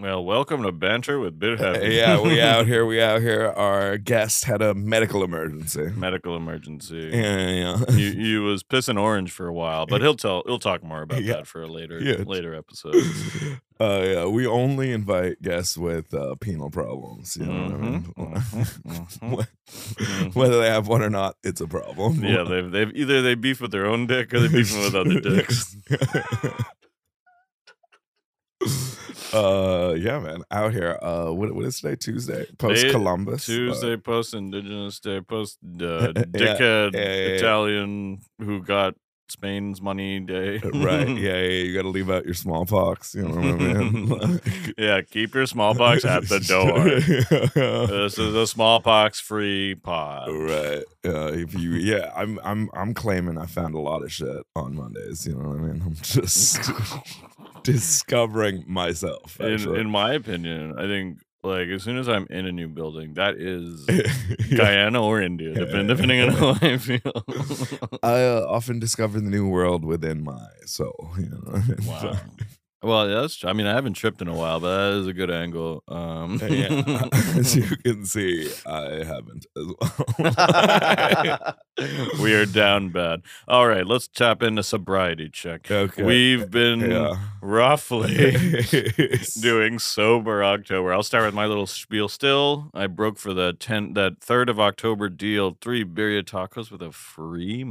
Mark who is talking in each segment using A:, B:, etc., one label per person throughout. A: Well, welcome to Banter with BitHappy.
B: Uh, yeah, we out here. We out here. Our guest had a medical emergency.
A: Medical emergency.
B: Yeah, yeah.
A: He, he was pissing orange for a while, but he'll tell he'll talk more about
B: Yeah.
A: that for a later
B: Yeah.
A: later episode.
B: yeah. Uh, yeah, we only invite guests with uh, penal problems. You know
A: Mhm,
B: what I mean?
A: mhm, mhm. Mhm.
B: Whether they have one or not, it's a problem.
A: Yeah, they've they've either they beef with their own dick or they beef with other dicks.
B: uh, yeah, man. Out here. Uh, what what is today? Tuesday. Post Columbus. uh,
A: Tuesday post Indigenous Day post uh,
B: yeah,
A: dickhead
B: yeah, yeah.
A: Italian who got Spain's money day.
B: Uh, right. Yeah, yeah. You got to leave out your smallpox. You know what I mean? Like-
A: yeah, keep your smallpox at the door. this is a smallpox free pod.
B: Right. Uh, if you, yeah, I'm, I'm, I'm claiming I found a lot of shit on Mondays. You know what I mean? I'm just discovering myself.
A: In,
B: actually.
A: in my opinion, I think like as soon as I'm in a new building, that is
B: Yeah.
A: Guyana or India, depend, depending on how I feel.
B: I uh, often discover the new world within my soul. You know what I mean?
A: wow. Well, that's. tr- I mean, I haven't tripped in a while, but that is a good angle. Um,
B: So, Uh, yeah, as you can see, I haven't as well.
A: we are down bad. All right, let's tap into sobriety check.
B: okay.
A: We've been
B: yeah.
A: roughly
B: Do
A: doing sober October. I'll start with my little spiel. Still, I broke for the ten that third of October deal: three birria tacos with a free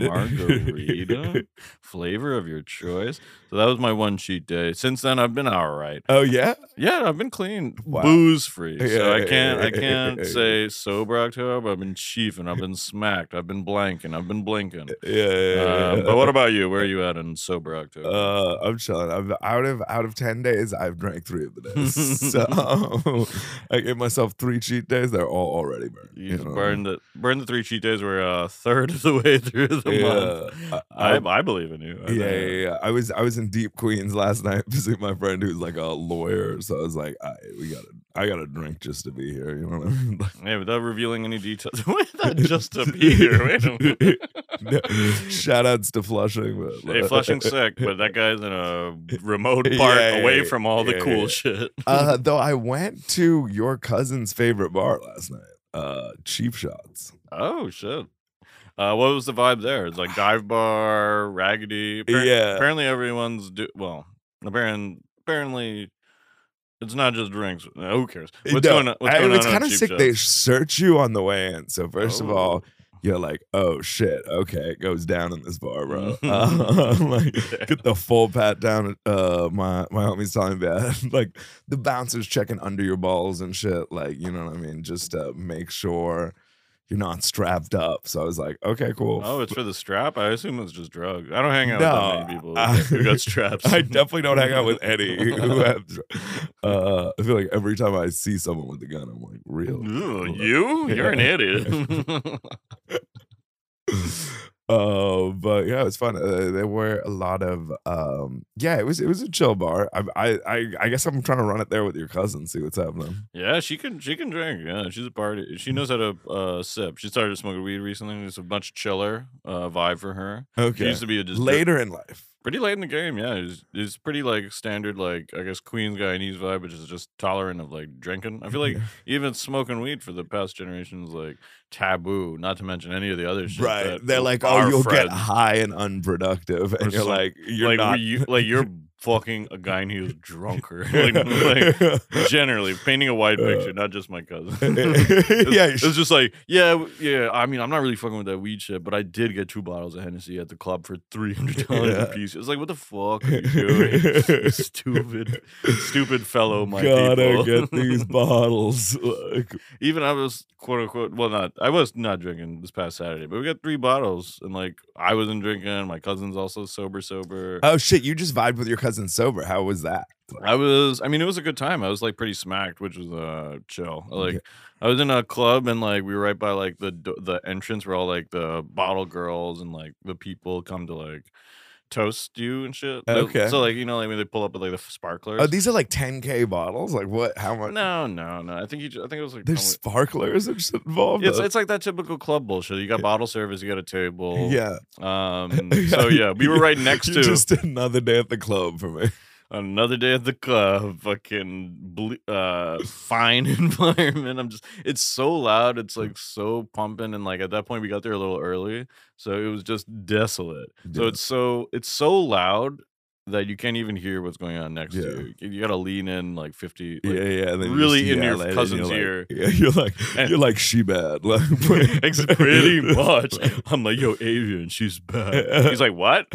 A: margarita flavor of your choice. So that was my one cheat day. Since then, I've been all right.
B: Oh yeah.
A: Yeah, I've been clean,
B: Wow.
A: booze free. So I
B: Yeah,
A: can't, I
B: yeah, yeah,
A: can't
B: yeah.
A: say sober October. I've been chiefing, I've been smacked, I've been blanking, I've been blinking.
B: Yeah. yeah, yeah,
A: Uh,
B: yeah.
A: but what about you? Where are you at in sober October?
B: Uh, I'm chilling. I've out of out of ten days, I've drank three of the days. so I gave myself three cheat days. They're all already burned.
A: you
B: know?
A: burned the burned the three cheat days. We're a third of the way through the
B: Yeah,
A: month.
B: I-
A: I, I, believe in you. I
B: Yeah,
A: think.
B: yeah, yeah. I was I was in Deep Queens last night visiting my friend who's like a lawyer. So I was like, I we gotta I gotta drink just to be here. You know what I mean? Like,
A: Yeah, without revealing any details. Without just to be here. Wait a minute.
B: no, shout outs to Flushing. But,
A: Hey, Flushing's sick, but that guy's in a remote
B: Yeah,
A: part
B: yeah,
A: away
B: yeah,
A: from all the
B: yeah,
A: cool
B: yeah.
A: shit.
B: uh, though I went to your cousin's favorite bar last night, uh, Cheap Shots.
A: Oh shit. Uh, what was the vibe there? It's like dive bar, raggedy. Appar-
B: Yeah.
A: Apparently everyone's do well. Apparently, apparently, it's not just drinks. Uh, Who cares? What's
B: No,
A: going on? What's
B: I-
A: going
B: it's
A: on at
B: kind of
A: Cheap
B: sick. They
A: Shots?
B: search you on the way in. So first of
A: Oh.
B: all, you're like, oh shit, okay, it goes down in this bar, bro. Uh, like,
A: Yeah.
B: get the full pat down. Uh, my my homie's telling me that like the bouncers checking under your balls and shit. Like, you know what I mean? Just to make sure you're not strapped up. So I was like, okay, cool.
A: Oh, it's for the strap. I assume it's just drugs. I don't hang out with
B: No,
A: that many people
B: I-
A: who got straps.
B: I definitely don't hang out with any who have. Uh, I feel like every time I see someone with a gun, I'm like, real.
A: Ew, you? You're an
B: Yeah.
A: idiot.
B: uh but yeah it was fun uh, there were a lot of um yeah it was it was a chill bar I, I i i guess i'm trying to run it there with your cousin see what's happening
A: Yeah, she can she can drink. Yeah, she's a party. She knows how to uh, sip. She started smoking weed recently. It's a much chiller uh, vibe for her. She
B: okay
A: used to be a just
B: later in life
A: pretty late in the game. Yeah, it's, it's pretty like standard like I guess Queens Guyanese vibe, which is just tolerant of like drinking. I feel like even smoking weed for the past generation is like taboo. Not to mention any of the other shit.
B: right
A: that
B: they're like oh
A: our
B: you'll get
A: friends-
B: high and unproductive and you're
A: some-
B: like you're
A: like
B: not
A: were you like you're fucking a Guyanese drunker. like, like, generally painting a wide
B: Uh,
A: picture, not just my cousin.
B: yeah you
A: It's,
B: should-
A: it's just like, yeah, w- yeah. I mean, I'm not really fucking with that weed shit, but I did get two bottles of Hennessy at the club for three hundred dollars
B: Yeah.
A: a piece. It's like, what the fuck are you doing, you stupid, stupid fellow? My
B: gotta
A: people.
B: get these bottles like,
A: Even I was quote unquote, well, not I was not drinking this past Saturday, but we got three bottles, and like I wasn't drinking. My cousin's also sober, sober.
B: oh shit you just vibed with your cousin sober how was that
A: I was, I mean, it was a good time. I was like pretty smacked, which was uh chill. Like,
B: Yeah.
A: I was in a club and like we were right by like the do- the entrance where all like the bottle girls and like the people come to like toast you and shit. They-
B: Okay.
A: So like you know like when they pull up with like the f- sparklers.
B: oh these are like 10k bottles like what how much
A: no, no, no. I think you. ju- I think it was like.
B: There's
A: probably-
B: sparklers and shit involved.
A: It's,
B: Uh,
A: it's like that typical club bullshit. You got bottle service, you got a table.
B: yeah.
A: Um. So yeah, we were right next
B: You're
A: to.
B: just another day at the club for me.
A: another day at the club fucking ble- uh fine environment i'm just it's so loud it's like so pumping and like at that point we got there a little early so it was just desolate so
B: Yeah.
A: it's so it's so loud that you can't even hear what's going on next
B: Yeah.
A: to you you gotta lean in like 50 like,
B: yeah, yeah. and then you
A: really
B: just
A: into your
B: yell at it and
A: cousin's
B: you're
A: ear.
B: like, Yeah, you're like,
A: And-
B: you're like she bad. Like,
A: Ex- pretty much. I'm like, yo, Avian, she's back. He's like, what?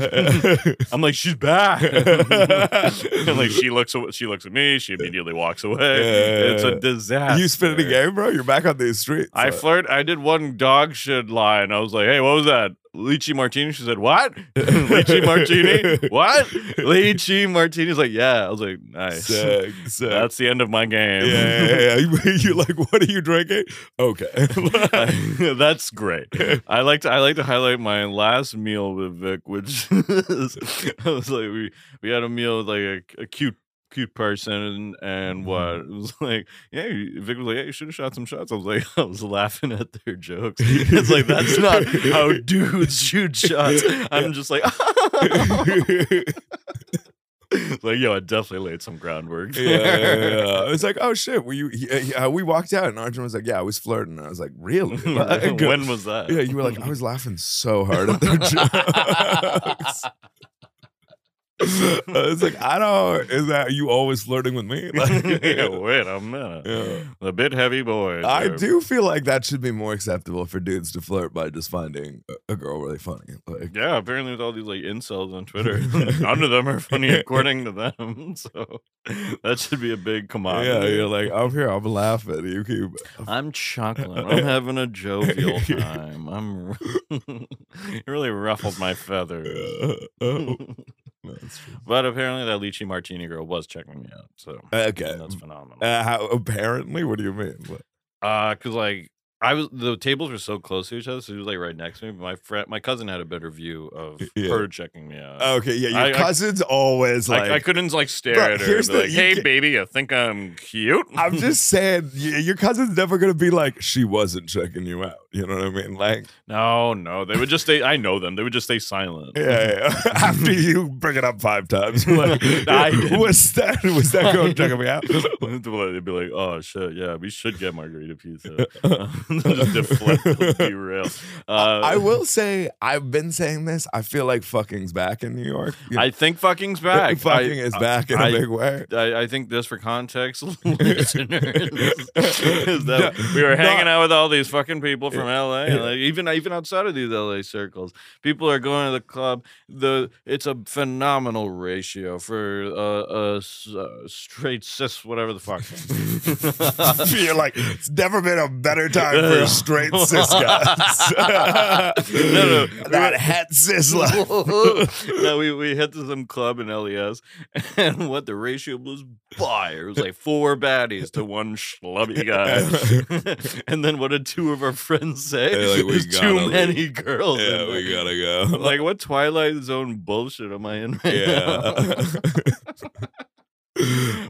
A: I'm like, she's back. and like, she looks, aw- she looks at me. She immediately walks away. it's a
B: Yeah.
A: disaster.
B: you spit it again, bro. You're back on these streets.
A: I
B: So-
A: flirt. I did one dog shit line. I was like, hey, what was that? Lychee martini. She said, what? Lychee martini. What? Lychee martini. He's like, yeah. I was like, nice.
B: Sick, sick.
A: That's the end of my
B: yeah,
A: game.
B: yeah, yeah. You're like, what are you drinking? Okay.
A: That's great. I like to I like to highlight my last meal with Vic, which is, I was like we we had a meal with like a, a cute cute person and,
B: Mm-hmm.
A: and what it was like yeah you- Vic was like yeah you should have shot some shots I was like I was laughing at their jokes it's like that's not how dudes shoot shots I'm just like It's like yo I definitely laid some groundwork
B: yeah, yeah, yeah. It's like, oh shit, were you? he- he- uh, we walked out, and Arjun was like, "Yeah, I was flirting." I was like, "Really?" Like,
A: when was that
B: yeah, you were like, "I was laughing so hard at their jokes." it's like, I don't. Is that you always flirting with me? Like,
A: yeah, wait a minute.
B: yeah.
A: The bit heavy boys.
B: I
A: are-
B: do feel like that should be more acceptable for dudes to flirt by just finding a- a girl really funny. Like,
A: Yeah, apparently with all these like incels on Twitter, none of them are funny according to them. So that should be a big
B: yeah,
A: commodity.
B: you're like, "Oh, I'm here, I'm laughing. You keep
A: I'm chuckling. I'm having a jovial time. I'm. it really ruffled my feathers.
B: "Oh, That's true.
A: but apparently that lychee martini girl was checking me out. So
B: Okay.
A: that's phenomenal.
B: Uh, how, apparently, what do you mean? What-
A: Uh, cause like I was, the tables were so close to each other, so he was like right next to me. But my friend, my cousin had a better view of
B: Yeah.
A: her checking me out.
B: Okay, yeah, your
A: Uh, I- I-
B: cousin's always like.
A: I, I couldn't like stare
B: Bro,
A: at her.
B: here's
A: Here's
B: the-
A: like,
B: you
A: hey,
B: can't-
A: baby, I think I'm cute.
B: I'm just saying, y- your cousin's never gonna be like she wasn't checking you out. You know what I mean? Like,
A: no, no. They would just stay. I know them. They would just stay silent.
B: yeah, yeah. after you bring it up five times, you're like,
A: Mm-hmm. I didn't.
B: was that was that girl checking me out?
A: They'd be like, "Oh shit, yeah, we should get margarita pizza." just deflect, derail. Uh,
B: I I will say, I've been saying this. I feel like fucking's back in New York. You
A: I think fucking's back.
B: fucking
A: I,
B: is back in a
A: I-
B: big way.
A: I, I think this for context, listeners, is that we were hanging out with all these fucking people from LA, and, like, even even outside of these LA circles. People are going to the club. The it's a phenomenal ratio for uh, a s- uh, straight cis, whatever the fuck.
B: You're like, it's never been a better time for a straight cis guy.
A: No, no.
B: That hat cis life.
A: no, we, we hit to some club in LES, and what the ratio was by. It was like four baddies to one schlubby guy. and then what did two of our friends
B: They're
A: say?
B: like, "We
A: There's
B: gotta
A: too
B: leave."
A: many girls. in
B: Yeah,
A: there."
B: we gotta go.
A: Like, what Twilight Zone bullshit am I in right now?
B: yeah.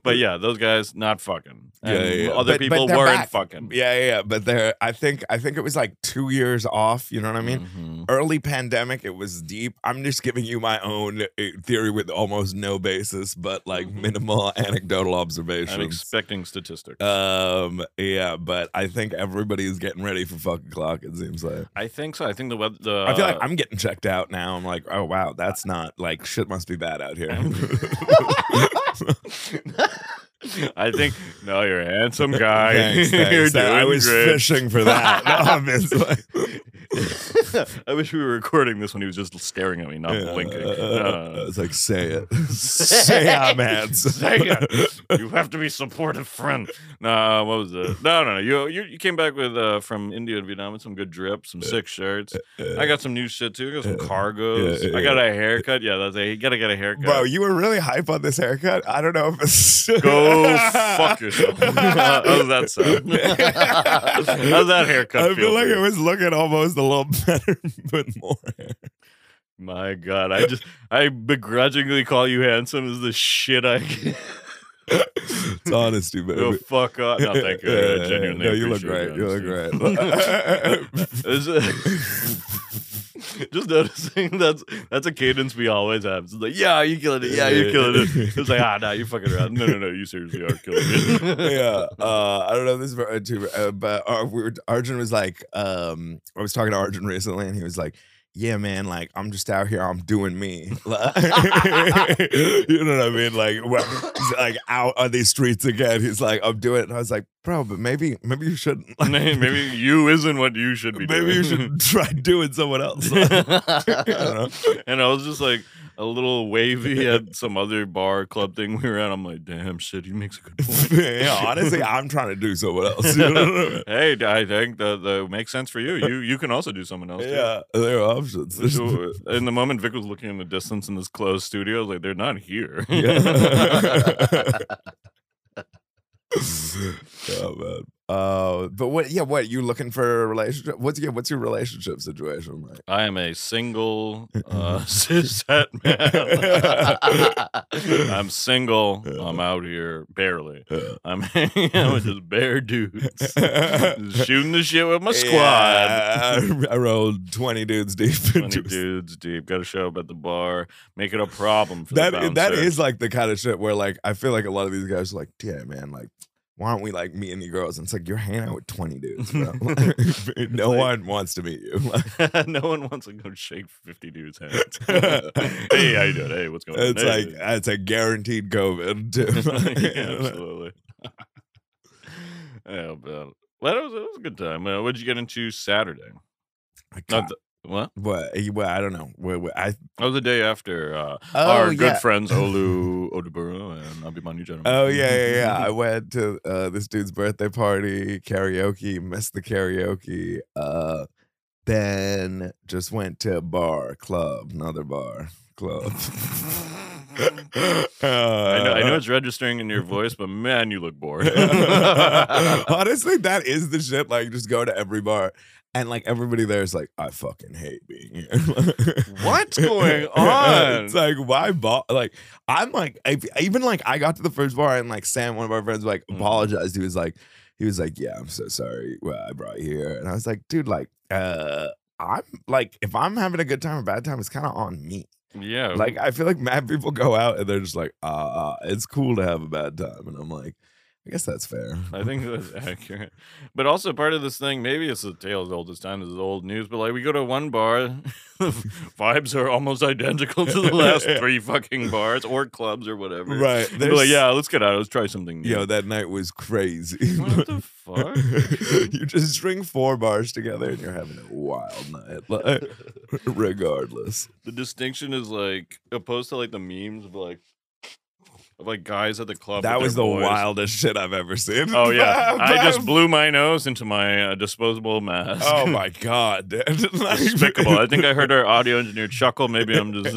A: but yeah, those guys not fucking.
B: Yeah,
A: And
B: yeah, yeah.
A: Other
B: But- but
A: people
B: they're
A: weren't
B: back.
A: fucking.
B: Yeah, yeah, yeah, but there, I think, I think it was like two years off. You know what I mean?
A: Mhm.
B: Early pandemic, it was deep. I'm just giving you my own uh, theory with almost no basis, but like
A: Mhm.
B: minimal anecdotal
A: I'm
B: observations.
A: expecting statistics.
B: Um. Yeah, but I think everybody is getting ready for fucking clock. It seems like
A: I think so. I think the web. The,
B: I feel like I'm getting checked out now. I'm like, oh wow, that's not like shit. Must be bad out here.
A: I think no, you're a handsome guy.
B: Thanks,
A: you're
B: thanks.
A: doing
B: I was
A: great.
B: fishing for that. obviously.
A: I wish we were recording this when he was just staring at me, not
B: Yeah,
A: blinking.
B: uh,
A: Uh,
B: it's like say it, say it, man.
A: Say it. you have to be supportive, friend. No, what was it? No, no, no. You you, you came back with uh, from India and Vietnam with some good drips, some sick shirts. I got some new shit too. I got some cargos.
B: yeah,
A: I got a haircut. Yeah, that's a you gotta get a haircut.
B: Bro, you were really hype on this haircut. I don't know if it's
A: Go fuck yourself. How's that sound? How's that haircut?
B: I feel like
A: for
B: it
A: you?
B: was looking almost a little better with more hair.
A: My God, I just I begrudgingly call you handsome is the shit I get.
B: It's honesty, baby.
A: Go fuck off. No, thank you.
B: Yeah, yeah,
A: I
B: yeah.
A: genuinely
B: No, you look
A: appreciate
B: great. You look
A: honesty.
B: great.
A: Is it- just noticing that's that's a cadence we always have. It's like, yeah, you killing it. Yeah, you're killing it. It's like, ah, nah, you fucking around. No, no, no, you seriously are killing it.
B: yeah, uh, I don't know this for, uh, too, uh, but uh, we were, Arjun was like, um, I was talking to Arjun recently, and he was like, "Yeah, man, like I'm just out here, I'm doing me." Like- you know what I mean? Like, well, he's like out on these streets again. He's like, "I'm doing," it. and I was like, "Bro, but maybe, maybe you shouldn't. Like,
A: Maybe you isn't what you should be.
B: maybe you
A: doing.
B: should try doing someone else." know.
A: and I was just like a little wavy at some other bar club thing we were at. I'm like, damn shit, he makes a good point.
B: yeah, honestly, I'm trying to do someone else. You know what I
A: hey,
B: mean?
A: I think that, that makes sense for you. You you can also do something else. too.
B: Yeah, there are options.
A: So, in the moment, Vic was looking in the distance in this closed studio, like they're not here.
B: Yeah. oh man. Uh, but what? Yeah, what you looking for a relationship? What's yeah? What's your relationship situation like?
A: I am a single uh, cishet man. I'm single. I'm out here barely.
B: Uh,
A: I'm hanging out with just bare dudes, shooting the shit with my squad.
B: yeah, I, I rolled twenty dudes deep.
A: 20
B: into a-
A: dudes deep. Got to show up at the bar. Make it a problem for
B: that
A: the
B: i- that
A: bouncer.
B: is like the kind of shit where like I feel like a lot of these guys are like, yeah, man, like. Why aren't we like meeting the girls? And it's like you're hanging out with 20 dudes, bro. no
A: like- Oh,
B: one wants to meet you. Like,
A: no one wants to go shake 50 dudes' hands. hey, how you doing? Hey, what's going on?
B: it's
A: Hey.
B: like it's a guaranteed COVID. Too.
A: yeah, absolutely. yeah, but well, that was, that was a good time. Uh, what'd you get into Saturday?
B: I
A: Not the, what?
B: What? eh, Well, I don't know. Wait, wait, I
A: Oh, the day after. Uh,
B: oh
A: our
B: yeah.
A: good friends Olu Oduburu and I'll be my new gentleman.
B: Oh yeah, yeah, yeah. I went to uh, this dude's birthday party, karaoke, missed the karaoke. Uh, then just went to a bar, club, another bar, club.
A: I know, I
B: Uh,
A: know it's registering in your voice, but man, you look bored.
B: Honestly, that is the shit. Like, just go to every bar, and like everybody there is like, I fucking hate being here.
A: What's going on?
B: it's like, why? Bo-? Like, I'm like, if, even like, I got to the first bar, and like Sam, one of our friends, like
A: Mhm.
B: apologized. He was like, he was like, yeah, I'm so sorry. Well, I brought you here, and I was like, dude, like, uh. I'm like, if I'm having a good time or bad time, it's kind of on me.
A: yeah.
B: Like I feel like mad people go out and they're just like, ah, ah, it's cool to have a bad time, and I'm like, I guess that's fair.
A: I think that's accurate. But also part of this thing, maybe it's a tale as old as time, this is old news, but like we go to one bar, vibes are almost identical to the last three fucking bars or clubs or whatever.
B: right?
A: They're like, yeah, let's get out. Let's try something new.
B: yo, that night was crazy.
A: what the fuck?
B: you just string four bars together and you're having a wild night. Like, regardless,
A: The distinction is like opposed to like the memes of like of like guys at the club.
B: that
A: with
B: was the
A: their boys.
B: wildest shit I've ever seen.
A: Oh yeah, I just
B: That-
A: blew my nose into my uh, disposable mask.
B: Oh my god, dude. Like-
A: despicable. I think I heard our audio engineer chuckle. Maybe I'm just.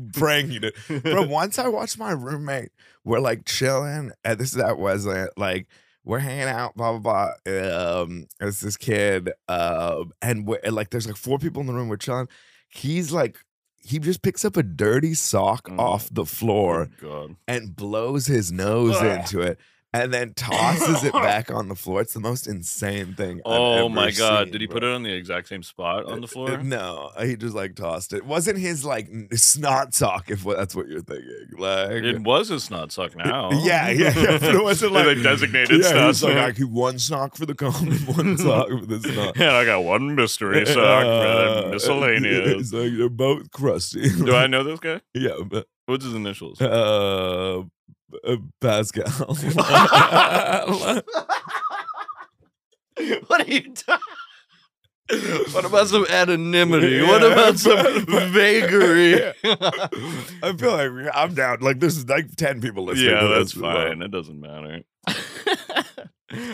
B: bringing it. Bro, once I watched my roommate, we're like chilling, and this is at Wesleyan, like we're hanging out, blah blah blah. Um, it's this kid, um, and we're, and, like there's like four people in the room, we're chilling. He's like, he just picks up a dirty sock
A: Mm.
B: off the
A: Oh,
B: floor
A: God.
B: and blows his nose
A: Ugh.
B: into it. And then tosses it back on the floor. It's the most insane thing. I've
A: Oh
B: ever
A: my god!
B: seen,
A: Did he
B: bro.
A: put it on the exact same spot on the
B: Uh,
A: floor?
B: No, he just like tossed it. Wasn't his like n- snot sock? If what- that's what you're thinking, like
A: It was a snot suck now.
B: yeah, yeah, yeah, but it wasn't
A: They,
B: like-
A: designated
B: yeah,
A: snot
B: he's like I
A: suck.
B: keep one sock for the common, one sock for the snot.
A: Yeah, I got one mystery sock for
B: Uh,
A: the miscellaneous.
B: It's like they're both crusty.
A: Do I know this guy?
B: yeah, but
A: What's his initials?
B: uh, uh, Pascal.
A: what are you talking? What about some anonymity? What
B: Yeah,
A: about some
B: but- but-
A: vagary?
B: I feel like I'm down. Like this is like ten people listening.
A: yeah,
B: to
A: that's
B: this, but-
A: fine. It doesn't matter.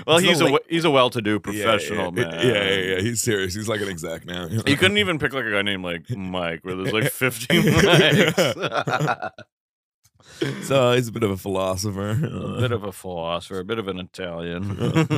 A: well,
B: It's the
A: he's a
B: link-
A: we- he's a well-to-do
B: Yeah, yeah,
A: professional
B: yeah,
A: man.
B: Yeah, yeah, yeah. He's serious. He's like an exec now.
A: He couldn't even pick like a guy named like Mike, where there's like 15
B: Yeah.
A: likes.
B: So he's a bit of a philosopher.
A: a bit of a philosopher, a bit of an Italian.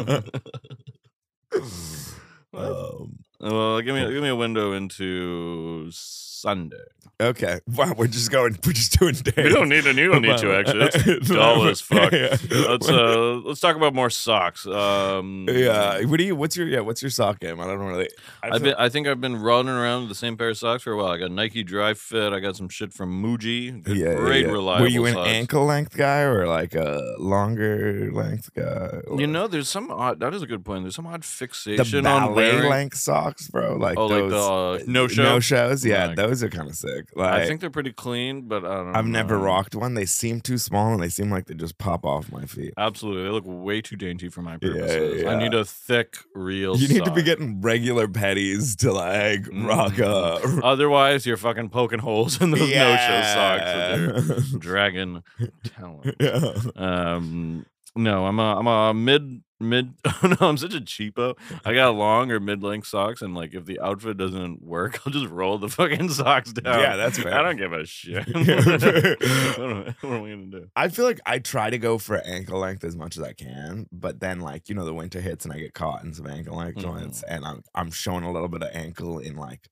B: um,
A: Well, give me give me a window into Sunday.
B: Okay. Wow, we're just going. We're just doing days.
A: We don't need to. You don't need to actually. That's dull as fuck.
B: Yeah.
A: Let's uh let's talk about more socks. Um,
B: yeah. What do you? What's your? Yeah. What's your sock game? I don't really. I
A: I've been, I think I've been running around with the same pair of socks for a while. I got Nike Dry Fit. I got some shit from Muji. Good, great, reliable
B: Were you an
A: socks.
B: ankle length guy or like a longer length guy?
A: You know, there's some odd. That is a good point. There's some odd
B: the
A: fixation on
B: ballet
A: wearing.
B: length socks, bro. Like
A: oh,
B: those
A: like the uh, no show.
B: no shows. Yeah,
A: Like-
B: those are kind of sick. Like
A: I think uh, they're pretty clean, but I don't.
B: I've never
A: know.
B: rocked one. They seem too small and they seem like they just pop off my feet.
A: Absolutely, they look way too dainty for my
B: Yeah, yeah,
A: purposes. I
B: yeah.
A: need a thick, real.
B: You need to be
A: sock.
B: getting regular petties to like
A: Mm.
B: rock up.
A: Otherwise, you're fucking poking holes in those no-show socks with
B: Yeah.
A: your dragon talent.
B: Yeah.
A: Um, no, I'm a I'm a mid mid. oh, no, I'm such a cheapo. I got long or mid length socks, and like if the outfit doesn't work, I'll just roll the fucking socks down.
B: Yeah, that's fair.
A: I don't give a shit. what,
B: Yeah.
A: am- what am I gonna do?
B: I feel like I try to go for ankle length as much as I can, but then like you know the winter hits and I get caught in some ankle length
A: Mhm.
B: joints, and I'm I'm showing a little bit of ankle in like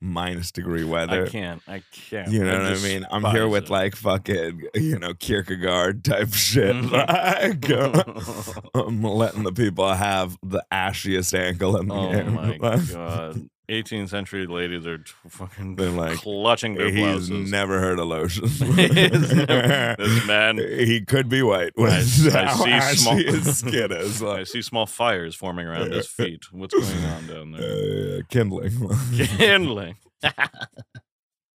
B: minus degree
A: I
B: weather.
A: can't. I can't.
B: You know what I mean? I'm here
A: despise
B: with
A: it.
B: like fucking you know Kierkegaard type shit.
A: Mhm.
B: Like, I'm letting the people have the ashiest ankle in the
A: Oh
B: game.
A: my
B: Like,
A: god. 18th century ladies are t- fucking
B: They're like,
A: clutching their
B: He's
A: blouses.
B: never heard of lotion.
A: He's never- this man
B: He could be white.
A: I
B: with how
A: see small-
B: ashy his skin is.
A: I see small fires forming around his feet. What's going on down there?
B: Uh, kindling.
A: Kindling.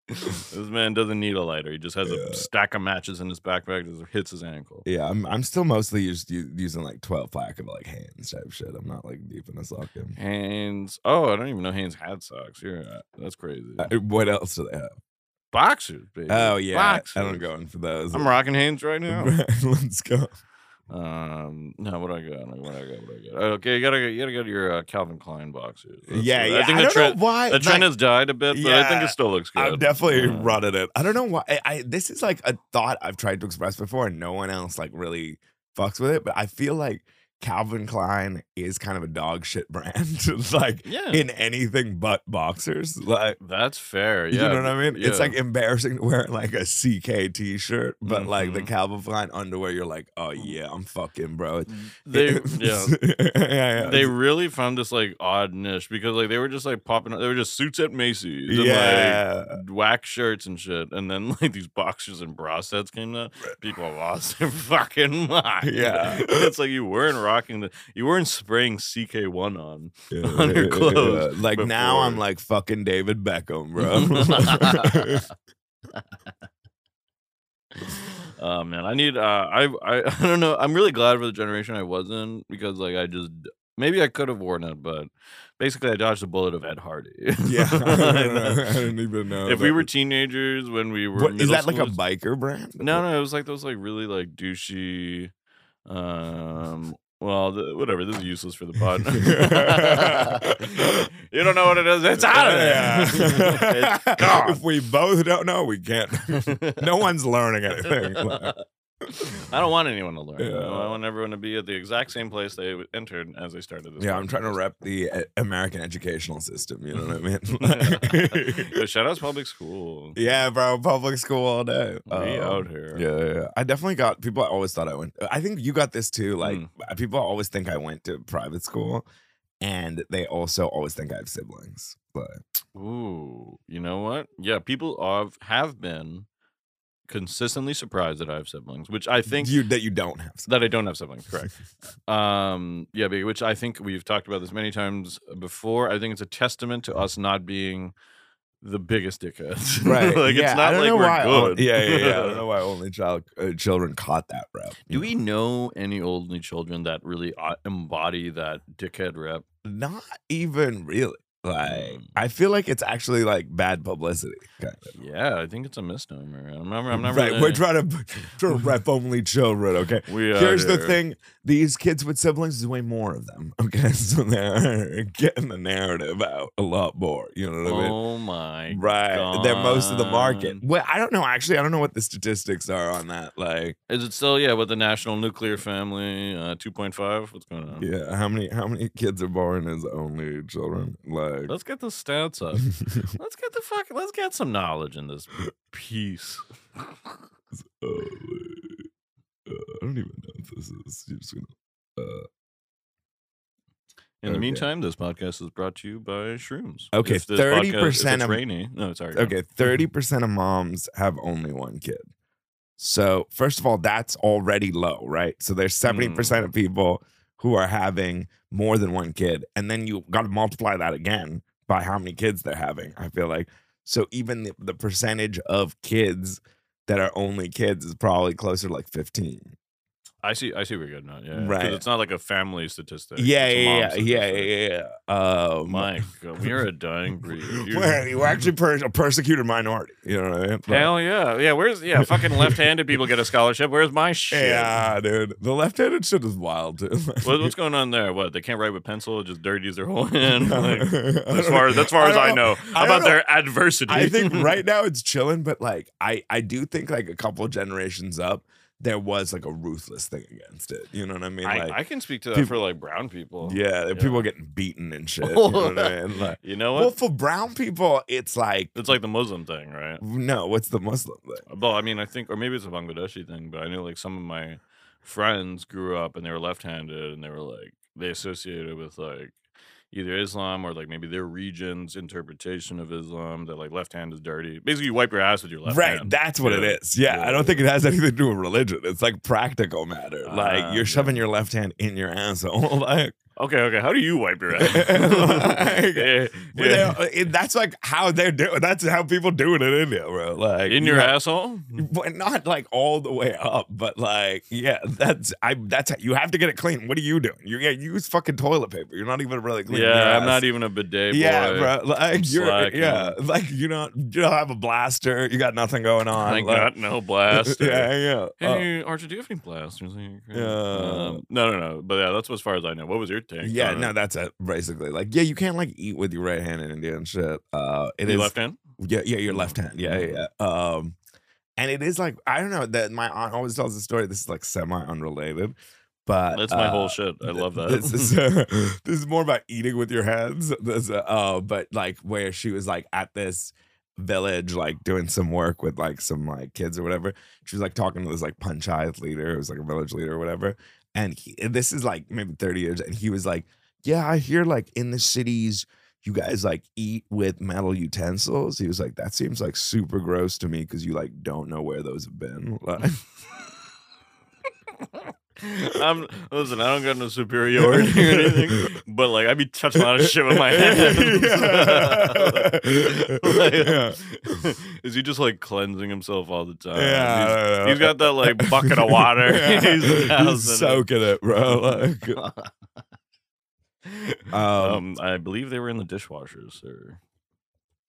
A: this man doesn't need a lighter. He just has a stack of matches in his backpack that hits his ankle.
B: yeah, I'm. I'm still mostly used u- using like twelve pack of like hands type shit. I'm not like deep in the sock game.
A: Haynes. Oh, I don't even know Haynes had socks. You're that's crazy.
B: Uh, what else do they have?
A: Boxers, baby.
B: Oh yeah,
A: Boxers.
B: I don't go in for those.
A: I'm rocking Haynes right now.
B: Let's go.
A: Um, no, what do I got? What do I got? What do I got? Oh, Okay, you gotta go- you gotta go to your uh, Calvin Klein boxers. That's-
B: yeah, yeah.
A: I think the
B: don't
A: trend
B: know why.
A: the trend
B: like,
A: has died a bit, but I think
B: Yeah,
A: it still looks good.
B: I'm definitely
A: Uh,
B: running it. I don't know why. I, I this is like a thought I've tried to express before, and no one else like really fucks with it. But I feel like Calvin Klein is kind of a dog shit brand, like
A: Yeah,
B: in anything but boxers. Like
A: that's fair.
B: you
A: Yeah,
B: know what I mean? It's
A: yeah.
B: like embarrassing to wear like a CK t-shirt, but like the
A: Mhm.
B: Calvin Klein underwear, you're like, oh yeah, I'm fucking bro.
A: Mm. they yeah.
B: yeah, yeah.
A: They really found this like odd niche because like they were just like popping up. They were just suits at Macy's, and,
B: yeah.
A: like whack shirts and shit. And then like these boxers and bra sets came out. People lost their fucking mind.
B: Yeah.
A: it's like you weren't rocking the, you weren't spraying CK one on.
B: Yeah,
A: on your
B: yeah,
A: clothes
B: yeah. Like now I'm
A: before.
B: like fucking David Beckham, bro.
A: oh man, I need. Uh, I, I I don't know. I'm really glad for the generation I was in because like I just maybe I could have worn it, but basically I dodged a bullet of Ed Hardy.
B: yeah. I don't, know. I
A: And
B: don't even know.
A: if we
B: that-
A: were teenagers when we were,
B: What- is
A: middle
B: that like a
A: schoolers-
B: biker brand?
A: No, no, it was like those like really like douchey. Um. Well, th- whatever. This is useless for the pod. you don't know what it is. It's out of there.
B: Yeah.
A: it's gone.
B: If we both don't know, we can't. No one's learning anything. Like,
A: I don't want anyone to learn. you know? I
B: Yeah.
A: want everyone to be at the exact same place they w- entered as they started this.
B: yeah, I'm trying to
A: podcast.
B: rep the uh, American educational system. You know what I mean?
A: Yo, shout out to public school.
B: yeah, bro. Public school all day.
A: We
B: Um,
A: out here.
B: Yeah, yeah, yeah. I definitely got people. always thought I went. uh, I think you got this too. Like uh,
A: Mm.
B: people always think I went to private school, and they also always think I have siblings. But
A: Ooh, you know what? Yeah, people have have been consistently surprised that I have siblings, which I think
B: you that you don't have.
A: that I don't have siblings. Correct. um, yeah, but- which I think we've talked about this many times before. I think it's a testament to us not being the biggest dickheads.
B: Right.
A: like
B: yeah,
A: it's not
B: I don't
A: like
B: know
A: we're
B: why.
A: good.
B: Yeah, yeah, yeah. I don't know why only child uh, children caught that rep.
A: Do we know any only children that really uh, embody that dickhead rep?
B: Not even really. Like
A: Mm.
B: I feel like it's actually like bad publicity. Kind of.
A: Yeah, I think it's a misnomer. I'm not. I'm not
B: right.
A: really-
B: We're trying to trying to rep only children. Okay.
A: We out
B: Here's the
A: here.
B: thing: these kids with siblings is way more of them. Okay, so they're getting the narrative out a lot more. You know what I mean?
A: Oh my.
B: Right, they're most of the
A: God.
B: market. Well, I don't know. Actually, I don't know what the statistics are on that. Like,
A: Is it still yeah with the national nuclear family uh, 2.5? What's going on?
B: yeah, how many how many kids are born as only children? Like, Like,
A: Let's get the stats up. let's get the fuck. Let's get some knowledge in this piece.
B: uh, uh, I don't even know if this is. You're just gonna. Uh,
A: In the
B: Okay.
A: meantime, this podcast is brought to you by Shrooms.
B: Okay,
A: If this podcast- if
B: 30%
A: It's
B: of-
A: rainy. No, it's already gone.
B: okay, thirty percent of moms have only one kid. So first of all, that's already low, right? So there's seventy percent of people who are having more than one kid, and then you got to multiply that again by how many kids they're having. I feel like so even the, the percentage of kids that are only kids is probably closer to like fifteen.
A: I see. I see where you're getting at. Yeah, 'cause
B: Right.
A: It's not like a family statistic.
B: Yeah,
A: it's a mom
B: yeah, yeah, yeah,
A: statistic.
B: yeah, yeah. Um,
A: My God, we are a dying breed. dude.
B: Well, you actually per- a persecuted minority. You know what I mean? But-
A: Hell yeah, yeah. Where's yeah? Fucking left-handed people get a scholarship. Where's my shit?
B: Yeah, dude. The left-handed shit is wild, dude.
A: What, what's going on there? What they can't write with pencil? It just dirties their whole hand. Like,
B: as
A: as far as as far as I know
B: I don't
A: about their adversity.
B: I think right now it's chilling, but like I, I do think like a couple generations up, there was like a ruthless thing against it. You know what I mean?
A: I,
B: Like,
A: I can speak to that
B: people-
A: for like brown people.
B: yeah,
A: yeah.
B: people getting beaten and shit. You know what I mean? Like,
A: You know what?
B: well, for brown people, it's like
A: it's like the Muslim thing, right?
B: no. What's the Muslim thing?
A: Well, I mean, I think, or maybe it's a Bangladeshi thing, but I know like some of my friends grew up and they were left-handed, and they were like they associated with like either Islam or like maybe their region's interpretation of Islam that like left hand is dirty. Basically, you wipe your ass with your left
B: right,
A: hand.
B: that's what
A: Yeah.
B: it is. Yeah, I
A: Yeah.
B: don't think it has anything to do with religion. It's like practical matter.
A: Ah,
B: like
A: yeah.
B: you're shoving your left hand in your asshole. Like
A: Okay, okay. How do you wipe your ass?
B: Like,
A: Yeah,
B: Well,
A: yeah.
B: they're- it- that's like how they're doing. That's how people do it in India, bro. Like
A: In your
B: you know,
A: asshole?
B: but not like all the way up, but like yeah, that's I. That's you have to get it clean. What are you doing? You yeah, use fucking toilet paper. You're not even really clean.
A: Yeah, I'm not even a bidet boy.
B: yeah, bro. Like
A: I'm
B: you're
A: slacking.
B: yeah, like you don't you don't have a blaster. You got nothing going on.
A: I
B: like-
A: got no blast.
B: yeah, yeah. Uh,
A: Hey, Archer, do you have any blasters? in your crib?
B: Uh,
A: um, no, no, no. But yeah, that's as far as I know. What was your take?
B: Oh, yeah,
A: on it?
B: no, that's it. Basically, like, yeah, you can't like eat with your right hand in India and shit. Uh, it
A: You
B: is
A: left hand?
B: Yeah, yeah, your
A: Mm-hmm.
B: left hand. Yeah, yeah, yeah. Um, and it is like I don't know that my aunt always tells the story. This is like semi unrelated, but
A: That's my
B: uh,
A: whole shit. I love that.
B: This is uh, this is more about eating with your hands. This, uh, uh, but like where she was like at this village, like doing some work with like some like kids or whatever. She was like talking to this like panchayat leader, who was like a village leader or whatever. And he, and this is like maybe thirty years, and he was like, "Yeah, I hear like in the cities." You guys like eat with metal utensils? He was like, that seems like super gross to me because you like don't know where those have been. Like,
A: I'm listen. I don't got no superiority or anything, but like I be touching a lot of shit with my hands.
B: Yeah.
A: Like, Is he just like cleansing himself all the time?
B: yeah,
A: He's-
B: I don't know.
A: he's got that like bucket of water.
B: Yeah.
A: He's dousing it.
B: he's soaking it, bro. Like,
A: um,
B: um,
A: I believe they were in the dishwashers. Or,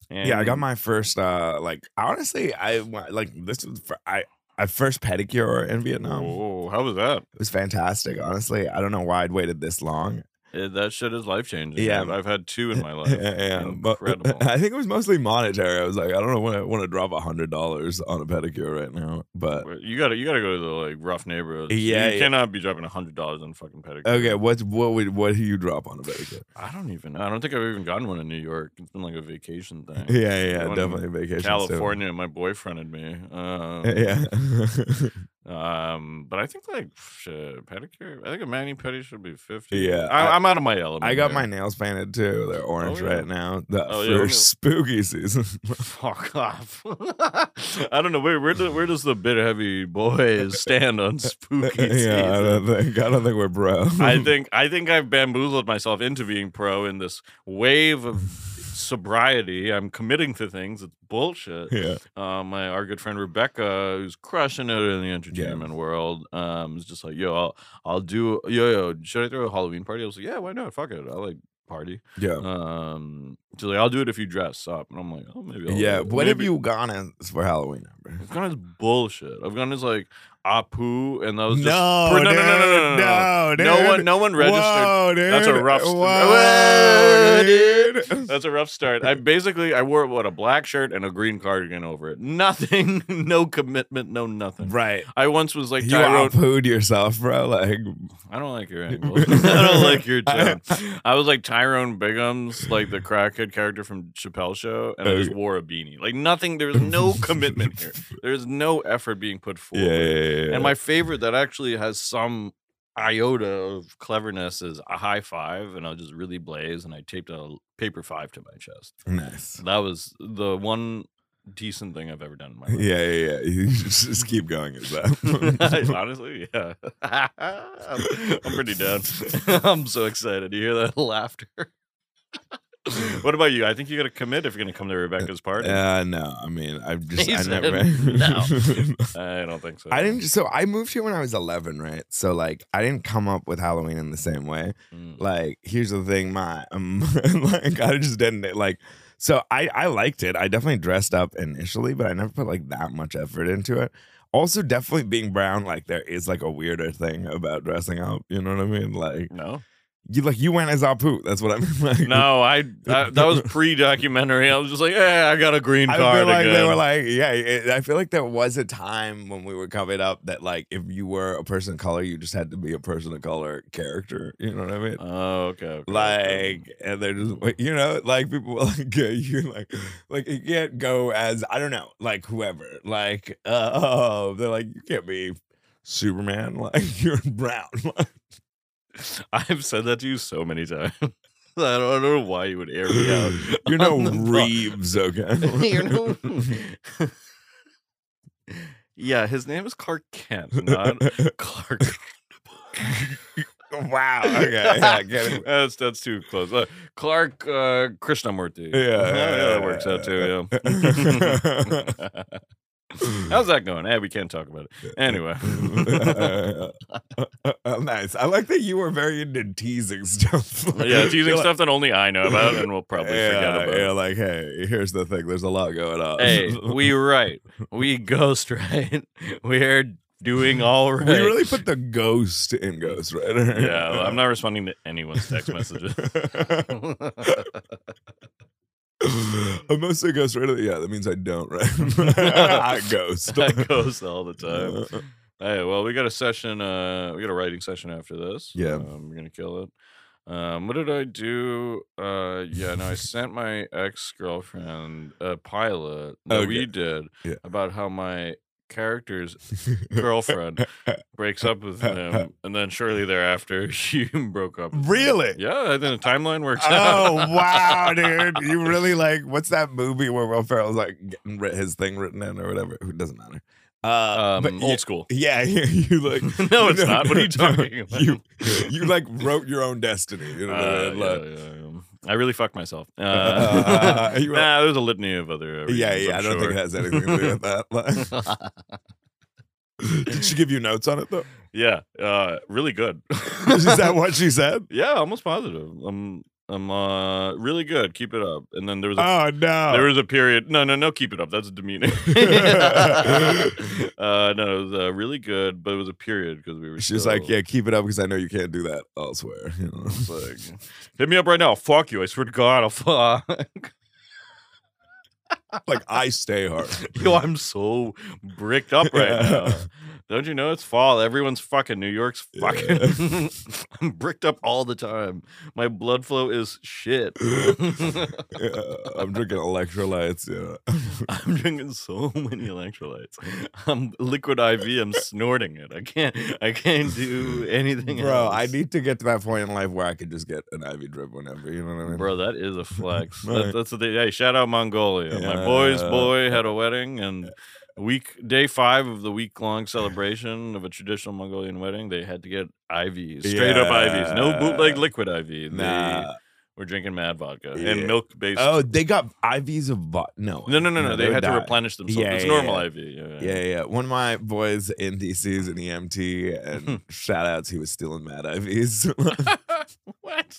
B: yeah, I got
A: And-
B: my first. uh Like, honestly, I like this was for, I. I first pedicure in Vietnam.
A: Whoa, how was that?
B: It was fantastic, honestly. I don't know why I'd waited this long.
A: Yeah, that shit is life changing.
B: Yeah.
A: I've, I've had two in my life.
B: Yeah, but
A: Incredible.
B: I think it was mostly monetary. I was like, I don't know when I want to drop a hundred dollars on a pedicure right now. But
A: Where- You gotta you gotta go to the like rough neighborhoods.
B: Yeah,
A: you
B: yeah.
A: cannot be dropping hundred dollars on fucking pedicure.
B: okay, what what would what do you drop on a pedicure?
A: I don't even. I don't think I've even gotten one in New York. It's been like a vacation thing.
B: Yeah, yeah,
A: One in
B: definitely vacation. still.
A: California, my boyfriend and me. Um,
B: Yeah.
A: um, but I think like shit, pedicure. I think a mani pedi should be fifty.
B: Yeah,
A: I,
B: I-
A: I'm out of my element.
B: I got
A: here.
B: my nails painted too. They're orange
A: Oh, yeah.
B: right now. The,
A: Oh, yeah,
B: for
A: we're gonna-
B: spooky season.
A: Fuck off. I don't know. Where where, do, where does the bit heavy boys stand on
B: yeah,
A: spooky
B: I
A: season?
B: don't think I don't think we're bro.
A: I think I think I've bamboozled myself into being pro in this wave of sobriety. I'm committing to things. It's bullshit.
B: yeah.
A: Uh, my our good friend Rebecca, who's crushing it in the entertainment world, um, is just like, yo, I'll I'll do yo yo. Should I throw a Halloween party? I was like, yeah, why not? Fuck it. I like party.
B: Yeah.
A: Um, she's like, I'll do it if you dress up, and I'm like, oh, maybe. I'll
B: yeah.
A: do it."
B: What have
A: Maybe-
B: you gone as for Halloween? Amber?
A: I've gone as bullshit. I've gone as like Apu, and that was just
B: no,
A: Pre- no, no, no, no, no, no, no.
B: Whoa, dude.
A: No one, no one registered.
B: Whoa, dude.
A: That's a rough. st-
B: Whoa, dude.
A: That's a rough start. I basically I wore what a black shirt and a green cardigan over it. Nothing, no commitment, no nothing.
B: Right.
A: I once was like
B: you
A: Tyrone.
B: out pooed yourself, bro. Like,
A: I don't like your angle. I don't like your tone. I was like Tyrone Biggums, like the crackhead character from Chappelle Show, and I just
B: Okay.
A: wore a beanie. Like nothing. There was no commitment here. There's no effort being put
B: yeah,
A: forward.
B: yeah, yeah, yeah.
A: And my favorite that actually has some iota of cleverness is a high five, and I'll just really blaze, and I taped a paper five to my chest.
B: nice.
A: That was the one decent thing I've ever done in my life.
B: Yeah, yeah, yeah. You just, just keep going as that.
A: Honestly, yeah. I'm, I'm pretty down. I'm so excited. You hear that laughter? what about you? I think you got to commit if you're going to come to Rebecca's party.
B: Uh, no, I mean, I just,
A: He
B: I
A: said
B: never.
A: no. I don't think so.
B: I didn't. So I moved here when I was 11, right? So like, I didn't come up with Halloween in the same way.
A: Mm.
B: Like, here's the thing, my, um, like, I just didn't like. So I, I liked it. I definitely dressed up initially, but I never put like that much effort into it. Also, definitely being brown, like there is like a weirder thing about dressing up. You know what I mean? Like
A: No,
B: you, like you went as Apu. That's what I mean. Like,
A: no, I, I that was pre-documentary. I was just like, eh, I got a green
B: I
A: card.
B: feel like they
A: again."
B: were like, yeah. It, I feel like there was a time when we were coming up that like if you were a person of color, you just had to be a person of color character. You know what I mean?
A: oh, okay, okay, okay.
B: Like, and they're just like, you know, like people were like uh, you like like you can't go as I don't know, like whoever. Like, uh, oh, they're like you can't be Superman. Like you're brown.
A: I've said that to you so many times. I don't, I don't know why you would air me out.
B: you know
A: On the fu-
B: Reeves, okay?
A: You know? yeah, his name is Clark Kent, not Clark.
B: wow. Okay. Yeah. Get it.
A: that's that's too close. Uh, Clark uh, Krishnamurti.
B: Yeah, yeah,
A: that
B: yeah,
A: works out
B: yeah,
A: too. Yeah. How's that going? Eh, we can't talk about it. Anyway,
B: nice. I like that you were very into teasing stuff.
A: yeah,
B: You're
A: teasing
B: like-
A: stuff that only I know about, and we'll probably
B: yeah,
A: forget about.
B: yeah, like, hey, here's the thing. There's a lot going on.
A: hey, we right, we ghost right, we're doing all right.
B: We really put the ghost in Ghost Rider.
A: yeah, well, I'm not responding to anyone's text messages.
B: I'm mostly Ghost Rider. Yeah, that means I don't, right? I ghost.
A: I ghost all the time. Hey, well, we got a session. Uh, we got a writing session after this.
B: Yeah.
A: um, we're gonna kill it. Um, what did I do? Uh, yeah, no, I sent my ex girlfriend a pilot that
B: Okay.
A: we did
B: Yeah.
A: about how my character's girlfriend breaks up with him, and then shortly thereafter she broke up. with him.
B: Really?
A: Yeah, I think the timeline works. out.
B: Oh wow, dude! You really like what's that movie where Will Ferrell's like getting writ- his thing written in or whatever? Who doesn't matter. Uh,
A: Um,
B: but
A: old
B: y-
A: school.
B: yeah, you, you like
A: no, it's not. What are you talking about?
B: You you like wrote your own destiny. You know what I
A: Uh,
B: mean?
A: yeah,
B: Like,
A: yeah, yeah. I really fucked myself. Uh,
B: Uh, you-
A: nah, there's a litany of other. uh,
B: yeah,
A: reasons,
B: yeah. I
A: I'm
B: don't think it
A: sure.
B: has anything to do with that. Like, did she give you notes on it though?
A: Yeah, uh, really good.
B: Is that what she said?
A: yeah, almost positive. I'm, I'm uh, really good. Keep it up. And then there was a,
B: Oh no!
A: there was a period. No, no, no. Keep it up. That's demeaning. uh, no, it was uh, really good, but it was a period because we were.
B: She's
A: still-
B: like, yeah, keep it up because I know you can't do that elsewhere. You know?
A: It's like, hit me up right now. Fuck you. I swear to God, I'll fuck.
B: like I stay hard.
A: Yo, I'm so bricked up right now. Don't you know it's fall? Everyone's fucking. New York's
B: Yeah.
A: fucking. I'm bricked up all the time. My blood flow is shit.
B: Yeah, I'm drinking electrolytes. Yeah.
A: I'm drinking so many electrolytes. I'm liquid IV. I'm snorting it. I can't. I can't do anything.
B: Bro, I
A: else.
B: need to get to that point in life where I could just get an IV drip whenever. You know what I mean?
A: Bro, that is a flex.
B: Right.
A: That, that's the thing. Hey, shout out Mongolia. My boy's
B: Yeah.
A: boy had a wedding and week day five of the week long celebration of a traditional Mongolian wedding, they had to get IVs, straight up IVs, no bootleg
B: Yeah.
A: liquid IV. They
B: Nah.
A: were drinking mad vodka
B: Yeah.
A: and milk based.
B: Oh, they got IVs of vodka. No.
A: no, no, no, no. They
B: would
A: had to
B: die.
A: replenish themselves.
B: Yeah,
A: it's
B: yeah,
A: normal
B: yeah.
A: IV. Yeah.
B: Yeah, yeah. One of my boys in E DC is an EMT, and shout outs, he was stealing mad IVs.
A: what?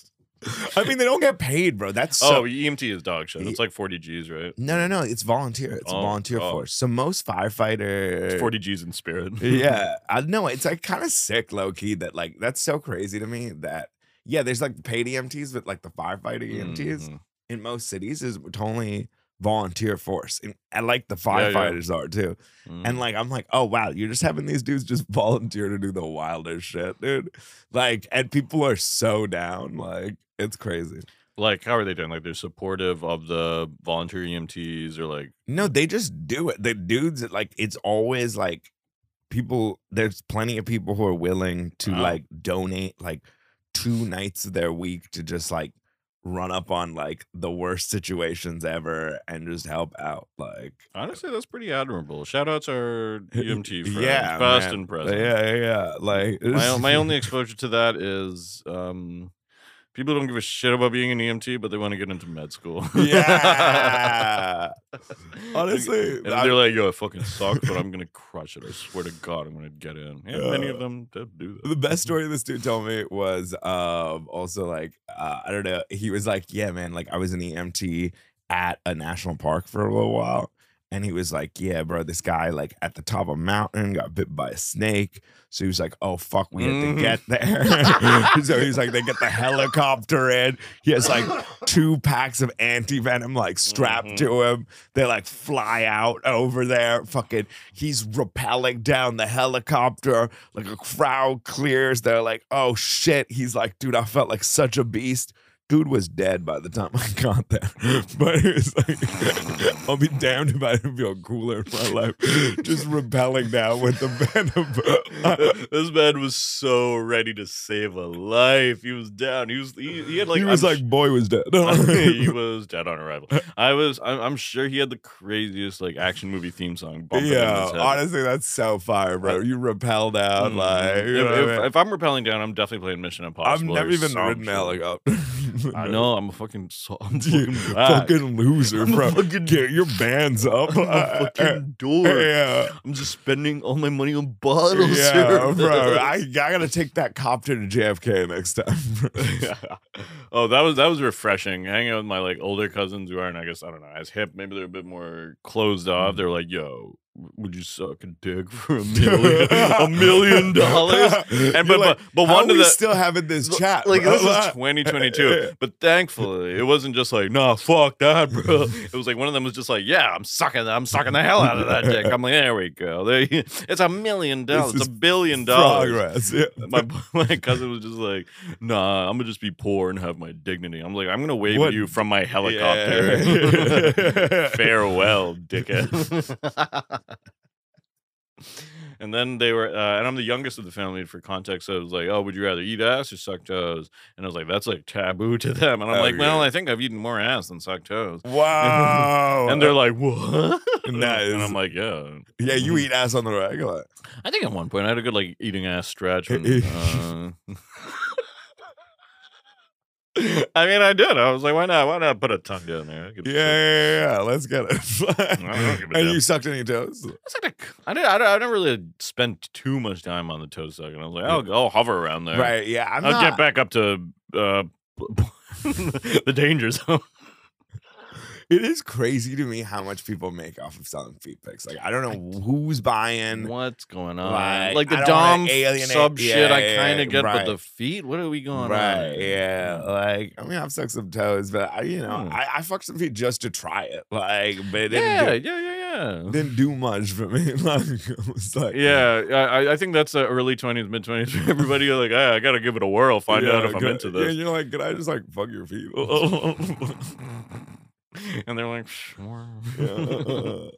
B: I mean, they don't get paid, bro. That's so
A: oh, EMT is dog shit. It's like 40 G's, right?
B: No, no, no. It's volunteer. It's a
A: Oh,
B: volunteer
A: oh.
B: force. So most firefighters.
A: It's 40 G's in spirit.
B: yeah, I know. It's like kind of sick, low key. That like that's so crazy to me. That yeah, there's like the paid EMTs, but like the firefighter E EMTs
A: Mhm.
B: in most cities is totally volunteer force, and, and like the
A: Yeah, yeah.
B: firefighters are too.
A: Mhm.
B: And like I'm like, oh wow, you're just having these dudes just volunteer to do the wildest shit, dude. Like, and people are so down. Like, it's crazy.
A: like, how are they doing? Like, they're supportive of the volunteer EMTs or like,
B: No, they just do it. The dudes, like, it's always like people, there's plenty of people who are willing to
A: Wow.
B: like donate like two nights of their week to just like run up on like the worst situations ever and just help out. Like,
A: honestly, that's pretty admirable. Shout outs are EMT friends,
B: Yeah,
A: past
B: man.
A: and
B: yeah,
A: present.
B: yeah, yeah. Like,
A: my, my only exposure to that is um, people don't give a shit about being an EMT, but they want to get into med school.
B: yeah.
A: And-
B: Honestly,
A: and
B: I-
A: they're like, "Yo, I fucking suck, but I'm gonna crush it. I swear to God, I'm gonna get in." And many of
B: Uh,
A: them did do that.
B: the best story this dude told me was um also like uh, I don't know he was like yeah man like I was an EMT at a national park for a little while and he was like yeah bro this guy like at the top of a mountain got bit by a snake so he was like oh fuck we had to
A: Mhm.
B: get there so he's like they get the helicopter in he has like two packs of anti-venom like strapped
A: Mhm.
B: to him they like fly out over there fucking he's rappelling down the helicopter like a crowd clears they're like oh shit he's like dude i felt like such a beast dude was dead by the time i got there but he was like i'll be damned if i didn't feel cooler in my life just rappelling down with the venom
A: this man was so ready to save a life. He was down. He was he, he had like
B: he was
A: I'm
B: like boy was dead
A: he was dead on arrival. I was. I'm, I'm sure he had the craziest like action movie theme song. bumping in
B: yeah,
A: his head.
B: honestly, that's so fire, bro. You rappelled out
A: Mm.
B: like you
A: if,
B: know what I
A: if-
B: mean?
A: if I'm rappelling down, I'm definitely playing Mission
B: I've
A: Impossible.
B: never
A: or
B: even
A: some
B: ridden
A: shit.
B: a helicopter.
A: I know I'm a fucking. So, I'm
B: You
A: fucking, black.
B: fucking loser,
A: I'm a
B: bro.
A: fucking-
B: Get your bands up. Uh,
A: I'm a fucking door.
B: yeah.
A: I'm just spending all my money on bottles.
B: Yeah,
A: here.
B: bro. I, I gotta take that copter to JFK next time. bro.
A: oh, that was that was refreshing. Hanging out with my like older cousins who aren't, I guess, I don't know, as hip. Maybe they're a bit more closed
B: Mm-hmm.
A: off. They're like, "Yo, w- would you suck a dick for a million, a million dollars?" And
B: You're
A: but,
B: like,
A: but but
B: how
A: one
B: are
A: of
B: we
A: the
B: still having this
A: Look,
B: chat.
A: Like
B: bro?
A: this is 2022, but thankfully it wasn't just like nah, fuck that, bro. It was like one of them was just like, yeah, I'm sucking, I'm sucking the hell out of that dick. I'm like, there we go, there, you- it's a million dollars,
B: This
A: it's
B: is
A: a billion dollars.
B: Progress. Yeah.
A: My my cousin was just like, nah, I'm gonna just be poor and have my dignity. I'm like, I'm gonna wave
B: What-
A: at you from my helicopter.
B: Yeah.
A: Farewell, dickhead. and then they were, uh, and I'm the youngest of the family for context. So it was like, oh, would you rather eat ass or suck toes? And I was like, that's like taboo to them. And I'm
B: Oh,
A: like, well,
B: yeah.
A: I think I've eaten more ass than suck toes.
B: Wow.
A: And they're like, what?
B: Oh, That
A: and
B: is-
A: I'm like, mm-hmm. yeah.
B: yeah, you eat ass on the regular.
A: I think at one point I had a good like eating ass stretch.
B: Eh,
A: When, uh, I mean, I did. I was like, why not? Why not put a tongue down there? I give a
B: Yeah,
A: shit.
B: yeah, yeah, yeah. Let's get
A: don't give
B: it.
A: a
B: and
A: damn.
B: you sucked any toes?
A: It's like a c- I didn't, I, don't- I never really spent too much time on the toe sucking. I was like, I'll, I'll hover around there.
B: Right. Yeah. I'm
A: i will
B: not.
A: get back up to uh, the danger zone.
B: It is crazy to me how much people make off of selling feet pics. Like I don't know who's buying.
A: What's going on?
B: Like,
A: Like, the
B: I don't wanna
A: Dom
B: alienate-
A: sub shit, I
B: yeah,
A: kind
B: yeah,
A: of get,
B: right.
A: but the feet, what are we going on?
B: Right, yeah, like I mean, I've sucked some toes, but I, you know,
A: Hmm.
B: I, I fucked some feet just to try it, like, but it didn't,
A: Yeah, yeah,
B: do,
A: yeah, yeah.
B: didn't do much for me. Like, it was like,
A: Yeah, I, I- I think that's the early 20s, mid 20s for everybody. You're like, "Ah, I got to give it a whirl, find
B: yeah,
A: out if I'm
B: could-
A: into
B: Yeah,
A: this.
B: you know, like, could I just like fuck your feet?
A: and they're like, sure.
B: Yeah.
A: uh,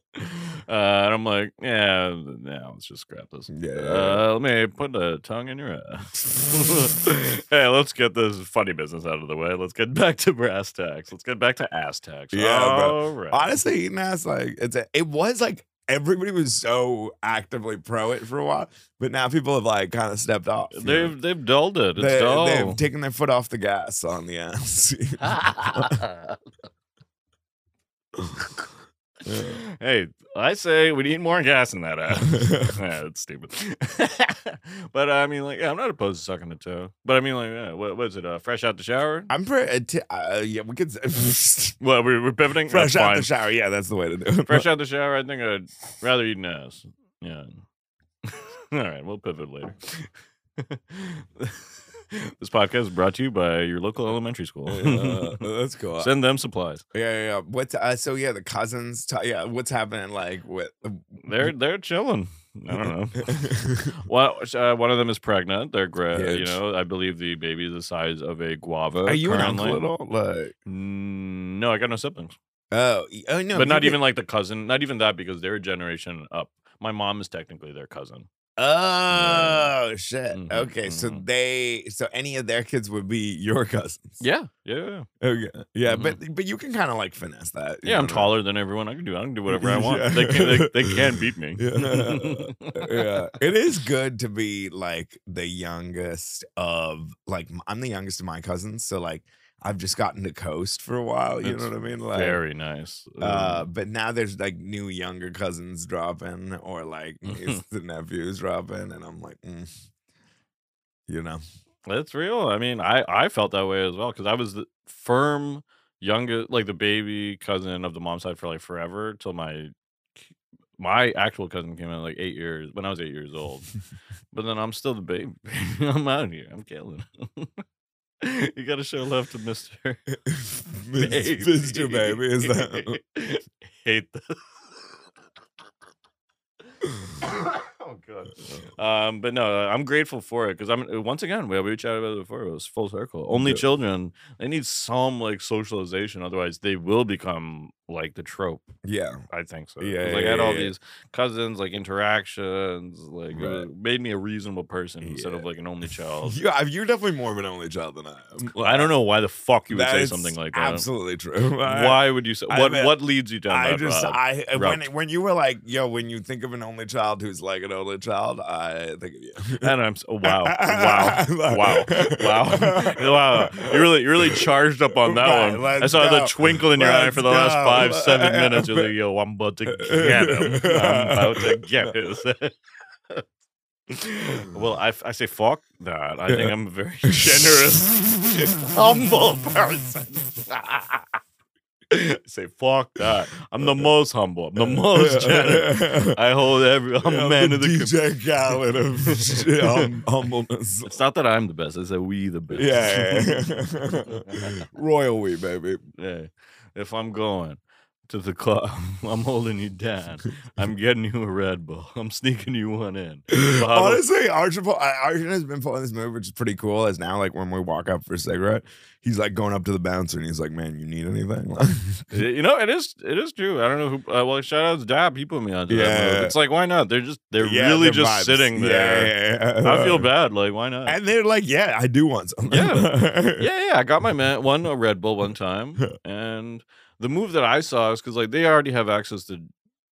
A: and I'm like, yeah, now let's just scrap this.
B: Yeah.
A: Uh, let me put a tongue in your ass. hey, let's get this funny business out of the way. Let's get back to brass tacks. Let's get back to ass tacks.
B: Yeah, bro.
A: All right.
B: Honestly, eating ass, like it's a, it was like everybody was so actively pro it for a while, but now people have like kind of stepped off. you know?
A: they've they've dulled it. It's
B: They,
A: dull.
B: they've taken their foot off the gas on the ass. Yeah.
A: hey, I say we need more gas in that ass. yeah, that's stupid. but uh, I mean, like, yeah, I'm not opposed to sucking a toe. But I mean, like, yeah, what was it? Uh, fresh out the shower?
B: I'm pretty. Uh, yeah, we could. s-
A: Well, we're, we're pivoting.
B: Fresh
A: That's
B: out
A: fine.
B: the shower. Yeah, that's the way to do it.
A: Fresh out the shower, I think I'd rather eat an ass. Yeah. All right, we'll pivot later. this podcast is brought to you by your local elementary school.
B: Yeah, that's cool.
A: Send them supplies.
B: yeah, yeah, yeah. What's uh, so? Yeah, the cousins. T- yeah, what's happening? Like with?
A: Uh, They're they're chilling. I don't know. Well, uh, one of them is pregnant. They're great. You
B: Huge.
A: know, I believe the baby is the size of a guava.
B: Are you an
A: currently.
B: uncle at all? Like,
A: Mm, no, I got no siblings.
B: oh, y- oh no,
A: but
B: you
A: not
B: could-
A: even like the cousin. Not even that because they're a generation up. My mom is technically their cousin.
B: Oh shit.
A: Mhm,
B: Okay, so
A: mhm.
B: they, so any of their kids would be your cousins.
A: Yeah, yeah, yeah.
B: Okay. Yeah,
A: Mhm.
B: but but you can kind of like finesse that. you
A: Yeah, I'm
B: know?
A: taller than everyone. I can do. I can do whatever I want.
B: Yeah.
A: They can't. They, they can't beat me.
B: Yeah. uh, yeah. It is good to be like the youngest of like m- I'm the youngest of my cousins, so like I've just gotten to coast for a while. You
A: That's
B: know what I mean? Like
A: Very nice.
B: uh but now there's like new younger cousins dropping or like nieces and nephews dropping and I'm like mm, you know.
A: That's real. I mean, I I felt that way as well because I was the firm youngest, like the baby cousin of the mom side for like forever till my k- my actual cousin came in like eight years when I was eight years old. but then I'm still the baby. I'm out here. I'm killing. it. you got to show love to Mister
B: Mr. Baby is that
A: hate the. oh god. Um, but no, I'm grateful for it because I'm uh, once again we we chatted about it before. It was full circle. Only
B: Yeah.
A: children they need some like socialization, otherwise they will become like the trope.
B: Yeah.
A: I think so. 'Cause,
B: Yeah, yeah,
A: like I had
B: yeah,
A: all
B: yeah.
A: these cousins, like interactions, like it
B: Right.
A: was- made me a reasonable person instead of
B: Yeah.
A: like an only child.
B: You, you're definitely more of an only child than I am.
A: Well, I don't know why the fuck you would
B: That
A: say
B: is
A: something like that.
B: absolutely true. I-
A: Why would you say
B: I
A: what?
B: mean,
A: what leads you down
B: I
A: that
B: just
A: road?
B: I uh, when
A: route.
B: when you were like yo when you think of an only child who's like an only child I think of you.
A: and I'm so, wow, wow, wow, wow, wow. You really, you really charged up on that
B: Right,
A: one. I
B: let's
A: saw the
B: go.
A: twinkle in your eye
B: Let's
A: for the last
B: go.
A: five, seven minutes. You're like, yo, I'm about to get him. I'm about to get his. well, I, I say fuck that. I think I'm a very generous, humble person. I say fuck that. I'm the most humble. I'm the most generous. I hold every. I'm a man of the. community.
B: DJ Khaled of hum- humbleness.
A: It's not that I'm the best. It's that we the best.
B: Yeah, yeah, yeah. royal we baby.
A: Yeah. If I'm going to the club, I'm holding you down. I'm getting you a Red Bull. I'm sneaking you one in. Bottle-
B: Honestly, Archibald, I- Archibald has been pulling this move, which is pretty cool. As now, like when we walk up for a cigarette, he's like going up to the bouncer and he's like, "Man, you need anything?" Like,
A: You know, it is it is true. I don't know who. Uh, well, shout out to Dab. He put me on. that move.
B: Yeah.
A: It's like why not? They're just they're
B: yeah,
A: really
B: their
A: just
B: vibes.
A: sitting
B: Yeah,
A: there.
B: yeah, yeah.
A: I feel bad. Like why not?
B: And they're like, "Yeah, I do want something." Yeah,
A: yeah, yeah. I got my man one a Red Bull one time, and the move that I saw is because like they already have access to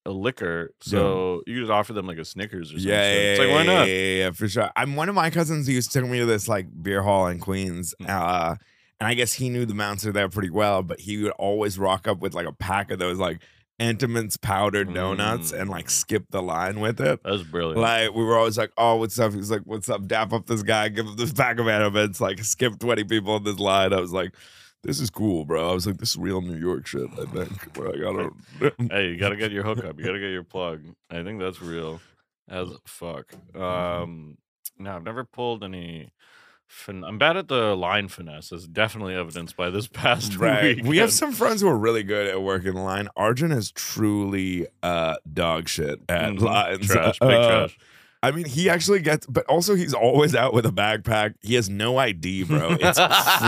A: a liquor, so you just offer them like a Snickers or something.
B: yeah, yeah.
A: it's like why
B: yeah,
A: not?
B: Yeah, yeah, for sure. I'm one of my cousins who used to take me to this like beer hall in Queens.
A: Mm.
B: Uh, and I guess he knew the bouncer there pretty well, but he would always rock up with like a pack of those like Entenmann's powdered donuts and
A: Mm.
B: like skip the line with it.
A: That's brilliant.
B: Like we were always like, "Oh, what's up?" He's like, "What's up?" Dap up this guy, give him this pack of Entenmann's. Like, skip twenty people in this line. I was like, "This is cool, bro." I was like, "This is real New York shit." I think. Like, I don't.
A: hey, you gotta get your hookup. You gotta get your plug. I think that's real as fuck.
B: Mm-hmm.
A: Um, no, I've never pulled any. Fin- I'm bad at the line finesse. It's definitely evidenced by this past
B: Right.
A: week.
B: We have some friends who are really good at working the line. Arjun is truly uh dog shit at lines.
A: Mm-hmm. trash, big
B: Uh,
A: trash.
B: I mean, he actually gets but also he's always out with a backpack. He has no ID, bro. It's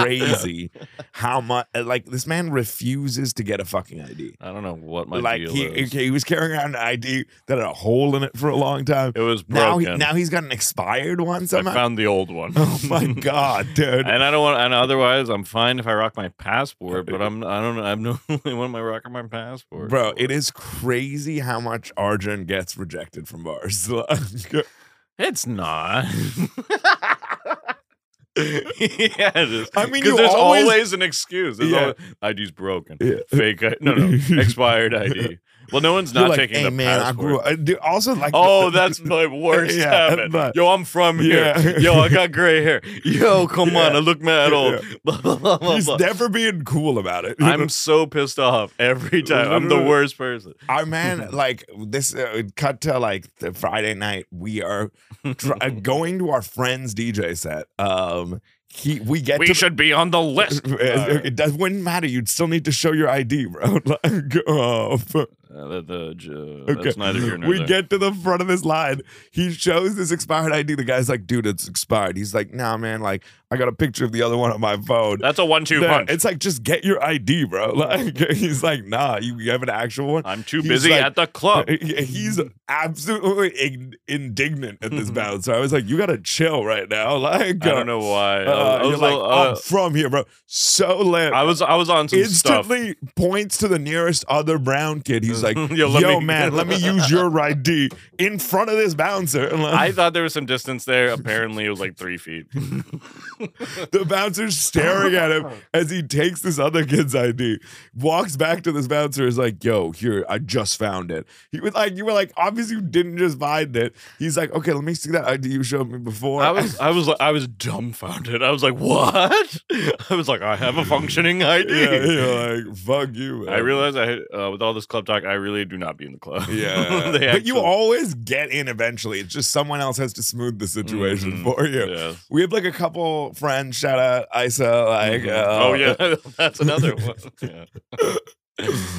B: crazy how much like this man refuses to get a fucking ID.
A: I don't know what my
B: like
A: deal
B: he
A: is.
B: okay, he was carrying around an ID that had a hole in it for a long time.
A: It was
B: Now
A: broken.
B: he, now he's got an expired one
A: I
B: somehow.
A: found the old one.
B: oh my god, dude.
A: And I don't want, and otherwise, I'm fine if I rock my passport. But I'm, I don't know, I'm not only one my rocking my passport.
B: Bro,
A: for.
B: it is crazy how much Arjun gets rejected from bars.
A: It's not. yeah, it is.
B: I mean,
A: 'Cause
B: you
A: there's
B: always-
A: an excuse. There's
B: Yeah.
A: always, ID's broken.
B: Yeah.
A: Fake, I- no, no, expired ID. Well, no one's
B: You're
A: not
B: like,
A: taking
B: hey,
A: the
B: man, I
A: passport.
B: grew up. I do- Also, like,
A: Oh, that's my worst
B: Yeah,
A: habit.
B: but-
A: Yo, I'm from here.
B: Yeah.
A: Yo, I got gray hair. Yo, come on,
B: Yeah.
A: I look mad
B: Yeah,
A: old. Blah, blah, blah, blah,
B: he's
A: blah.
B: never being cool about it.
A: I'm so pissed off every time. I'm the
B: Literally.
A: worst person.
B: our man, like this, uh, cut to like the Friday night. We are tr- uh, going to our friend's DJ set. Um, he we get
A: we
B: to
A: should be on the list.
B: It, it does, wouldn't matter. You'd still need to show your ID, bro. like, oh, f-
A: Uh, the, the, j-
B: okay.
A: That's neither here nor
B: we
A: there.
B: get to the front of this line. He shows this expired ID. The guy's like, dude, it's expired. He's like, nah, man. Like, I got a picture of the other one on my phone.
A: that's a one-two
B: Nah,
A: punch.
B: It's like, just get your ID, bro. Like, he's like, nah, you, you have an actual one.
A: I'm too
B: he's
A: busy
B: like-
A: at the club.
B: He's absolutely ig- indignant at this bounce. So I was like, you got to chill right now. Like,
A: Mm-hmm. I don't know why. I
B: uh,
A: was- I,
B: you're
A: was,
B: like,
A: all-
B: I'm
A: uh,
B: from here, bro. So lit
A: I was I was on some stuff.
B: instantly points to the nearest other brown kid. He's like,
A: Yo,
B: "Yo,
A: let me-
B: man, let me use your ID in front of this bouncer." And
A: I
B: like,
A: thought there was some distance there. Apparently, it was like three feet.
B: the bouncer's staring at him as he takes this other kid's ID, walks back to this bouncer, is like, "Yo, here, I just found it." He was like, "You were like, obviously you didn't just find it." He's like, "Okay, let me see that ID you showed me before."
A: I was I was I was dumbfounded. I was like, "What?" I was like, "I have a functioning ID."
B: yeah, yeah, like, fuck you. Man.
A: I realized I uh, with all this club talk, I really do not be in the club.
B: Yeah,
A: They
B: but you
A: actually-
B: always get in eventually. It's just someone else has to smooth the situation
A: Mhm.
B: for you.
A: Yeah.
B: We have like a couple friends. Shout out Isa. Like, uh,
A: oh yeah, that's another one. Yeah.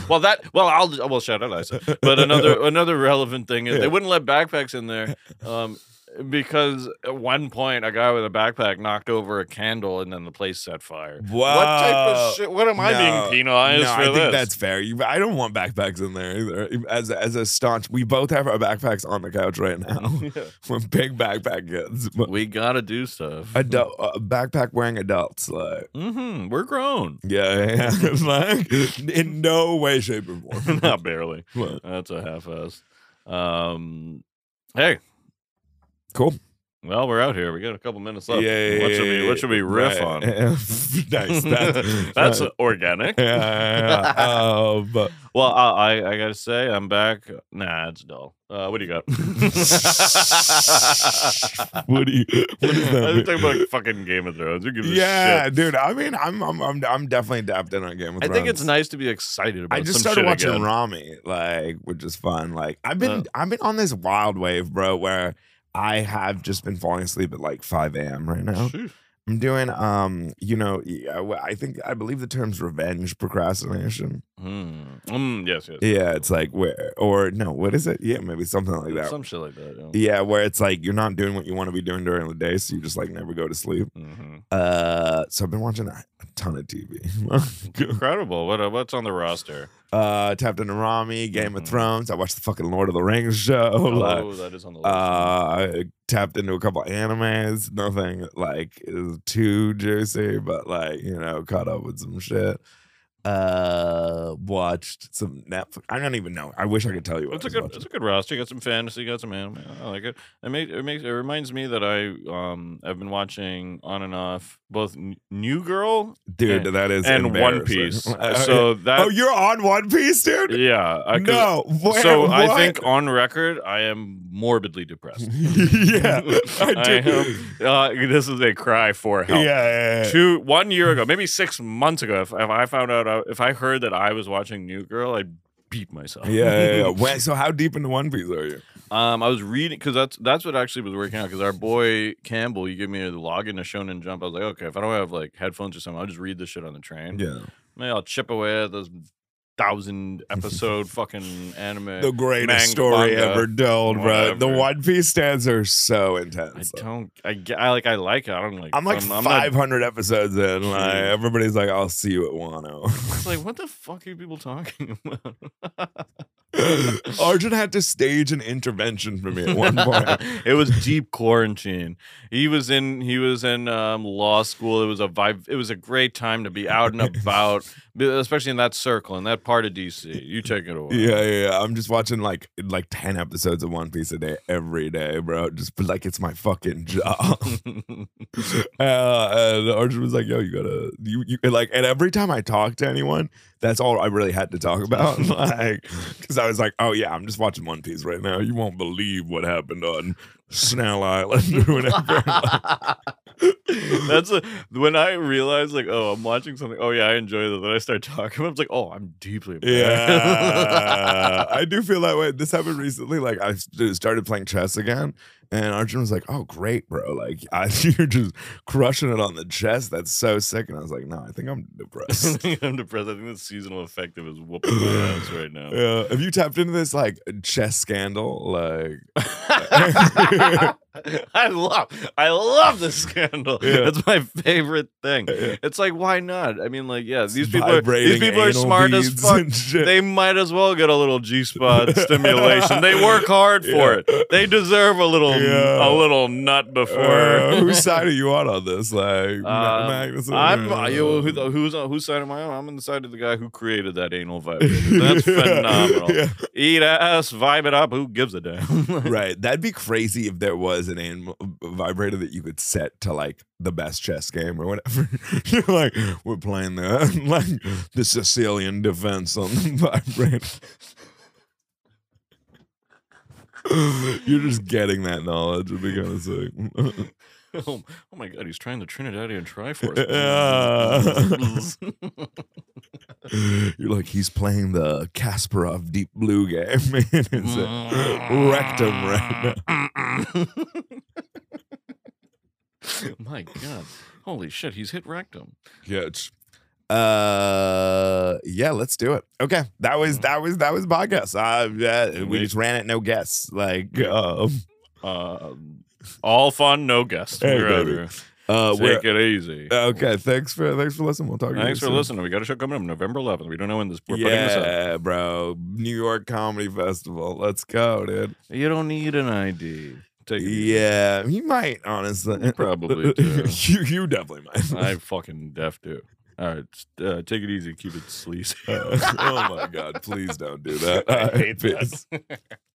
A: well, that well, I'll well shout out Isa. But another another relevant thing is
B: Yeah.
A: they wouldn't let backpacks in there. Um, because at one point a guy with a backpack knocked over a candle and then the place set fire.
B: Wow.
A: What type of shit? What am I
B: No.
A: being penalized
B: no,
A: for
B: I think
A: this?
B: that's fair. You, I don't want backpacks in there either. As a, as a staunch, we both have our backpacks on the couch right now. We're big backpack kids. But
A: we gotta do stuff.
B: adult, uh, backpack wearing adults. Like,
A: hmm We're grown.
B: yeah, yeah, yeah. like in no way, shape, or form.
A: Not barely.
B: Like,
A: That's a half ass. Um, hey,
B: cool.
A: well, we're out here. We got a couple minutes left.
B: Yeah,
A: what
B: yeah,
A: should we
B: yeah,
A: What should we riff
B: right.
A: on?
B: nice. That's,
A: That's
B: right.
A: organic.
B: yeah, yeah, yeah. Um, but
A: Well, I, I I gotta say, I'm back. Nah, it's dull. Uh, what do you got?
B: what do you? What is that?
A: I'm
B: mean?
A: talking about fucking Game of Thrones. Who gives a
B: yeah,
A: shit?
B: dude. I mean, I'm I'm I'm, I'm definitely dapped in on Game of
A: I
B: Thrones.
A: think it's nice to be excited about.
B: I just
A: some
B: started
A: shit
B: watching
A: again.
B: Rami, like, which is fun. Like, I've been
A: Uh.
B: I've been on this wild wave, bro, where I have just been falling asleep at like 5 a.m. right now.
A: Shoot.
B: I'm doing, um, you know, I I think I believe the term's revenge procrastination.
A: Mm. Mm, yes, yes.
B: Yeah, it's like where or no, what is it? Yeah, maybe something like that.
A: Some shit like that. Yeah.
B: Yeah, where it's like you're not doing what you want to be doing during the day, so you just like never go to sleep.
A: Mhm.
B: Uh, so I've been watching a a ton of TV.
A: Incredible. What uh, what's on the roster?
B: uh, tapped into Rami, Game
A: Mhm.
B: of Thrones. I watched the fucking Lord of the Rings show. like,
A: oh, that is on the
B: uh,
A: list.
B: I tapped into a couple animes. Nothing like is too juicy, but like you know, caught up with some shit. Uh, watched some Netflix. I don't even know. I wish I could tell you. What
A: It's
B: I
A: a
B: was
A: good,
B: watching.
A: it's a good roster. You got some fantasy, you got some anime. I like it. It makes it makes it reminds me that I um I've been watching on and off both N- New Girl
B: dude.
A: and-
B: that is
A: and One
B: embarrassing.
A: Piece.
B: Uh,
A: So that
B: oh, you're on One Piece, dude.
A: yeah, I, 'cause-
B: no, where,
A: so I
B: what?
A: think on record I am morbidly depressed.
B: yeah, I
A: I
B: do.
A: am- Uh, this is a cry for
B: yeah,
A: help.
B: yeah, yeah.
A: Two one year ago, maybe six months ago, if, if I found out, I- if I heard that I was watching New Girl, I'd beat myself.
B: yeah, yeah, yeah. When- so how deep into One Piece are you?
A: Um, I was reading because that's that's what actually was working out. Because our boy Campbell, you gave me the login to Shonen Jump. I was like, okay, if I don't have like headphones or something, I'll just read this shit on the train.
B: Yeah,
A: Maybe I'll chip away at this thousand episode fucking anime.
B: the greatest
A: Manga,
B: story ever told, bro. The
A: whatever.
B: One Piece stands are so
A: I
B: intense.
A: don't. I, ge- I like. I like it. I don't like.
B: I'm like
A: not-
B: 500 episodes in. Like
A: Jeez.
B: everybody's like, "I'll see you at Wano."
A: it's like, what the fuck are you people talking about?
B: Arjun had to stage an intervention for me at one point.
A: it was deep quarantine. He was in he was in um, law school. It was a vibe. It was a great time to be out and about, b- especially in that circle in that part of DC. You take it away.
B: Yeah, yeah, yeah. I'm just watching like like ten episodes of One Piece a day every day, bro. Just like it's my fucking job. uh, and Arjun was like, "Yo, you gotta you, you and, like." And every time I talk to anyone, that's all I really had to talk about, like, because I I was like, oh yeah, I'm just watching One Piece right now. You won't believe what happened on Snell Island or whatever.
A: That's a, when I realized, like, oh, I'm watching something. Oh yeah, I enjoy that. Then I start talking. I was like, oh, I'm deeply. embarrassed.
B: Yeah, I do feel that way. This happened recently. Like I s- started playing chess again, and Arjun was like, "Oh, great, bro! Like I, you're just crushing it on the chess. That's so sick." And I was like, "No, I think I'm depressed."
A: I'm depressed. I think the seasonal effective is whooping my ass right now.
B: yeah. Have you tapped into this like chess scandal? Like,
A: I love, I love the scandal.
B: Yeah.
A: That's my favorite thing.
B: Yeah.
A: It's like, why not? I mean, like, yeah, these
B: it's
A: people, are, these
B: vibrating
A: people are
B: anal
A: smart as
B: beads
A: fuck.
B: and shit.
A: They might as well get a little G spot stimulation. They work hard for
B: Yeah.
A: it. They deserve a little,
B: Yeah.
A: a little nut before.
B: Uh, whose side are you on on this? Like,
A: Um,
B: Magnus.
A: I'm I- yo, who, who's on whose side am I on? I'm on the side of the guy who created that anal vibrator. That's phenomenal.
B: Yeah.
A: Eat ass, vibe it up. Who gives a damn?
B: Right. That'd be crazy if there was an animal vibrator that you could set to like the best chess game or whatever. You're like, we're playing the like the Sicilian defense on the vibrator. You're just getting that knowledge. It'd be kind of sick.
A: oh, oh my god, he's trying the Trinidadian Triforce.
B: Yeah. You're like, he's playing the Kasparov Deep Blue game. and it's a rectum right
A: Mm.
B: now.
A: my god. Holy shit, he's hit rectum.
B: Catch. Uh, yeah, let's do it. Okay, that
A: Mm-hmm.
B: was that was that was podcast. Uh, yeah, we
A: Wait.
B: just ran it, no guess. Like, um,
A: Um, all fun, no guest.
B: Hey,
A: We're out
B: baby.
A: here.
B: uh, we're,
A: Take it easy.
B: okay. Thanks for thanks for listening. We'll talk. to you
A: Thanks for
B: soon.
A: listening. We got a show coming up November 11th. We don't know when this. We're putting this up.
B: yeah, bro. New York Comedy Festival. Let's go, dude.
A: You don't need an ID. Take it easy.
B: Yeah, you might honestly.
A: Probably do.
B: you you definitely might.
A: I fucking def do. All right, s- uh, take it easy. Keep it sleazy.
B: Uh, oh my god! Please don't do that.
A: I hate
B: Peace.
A: this.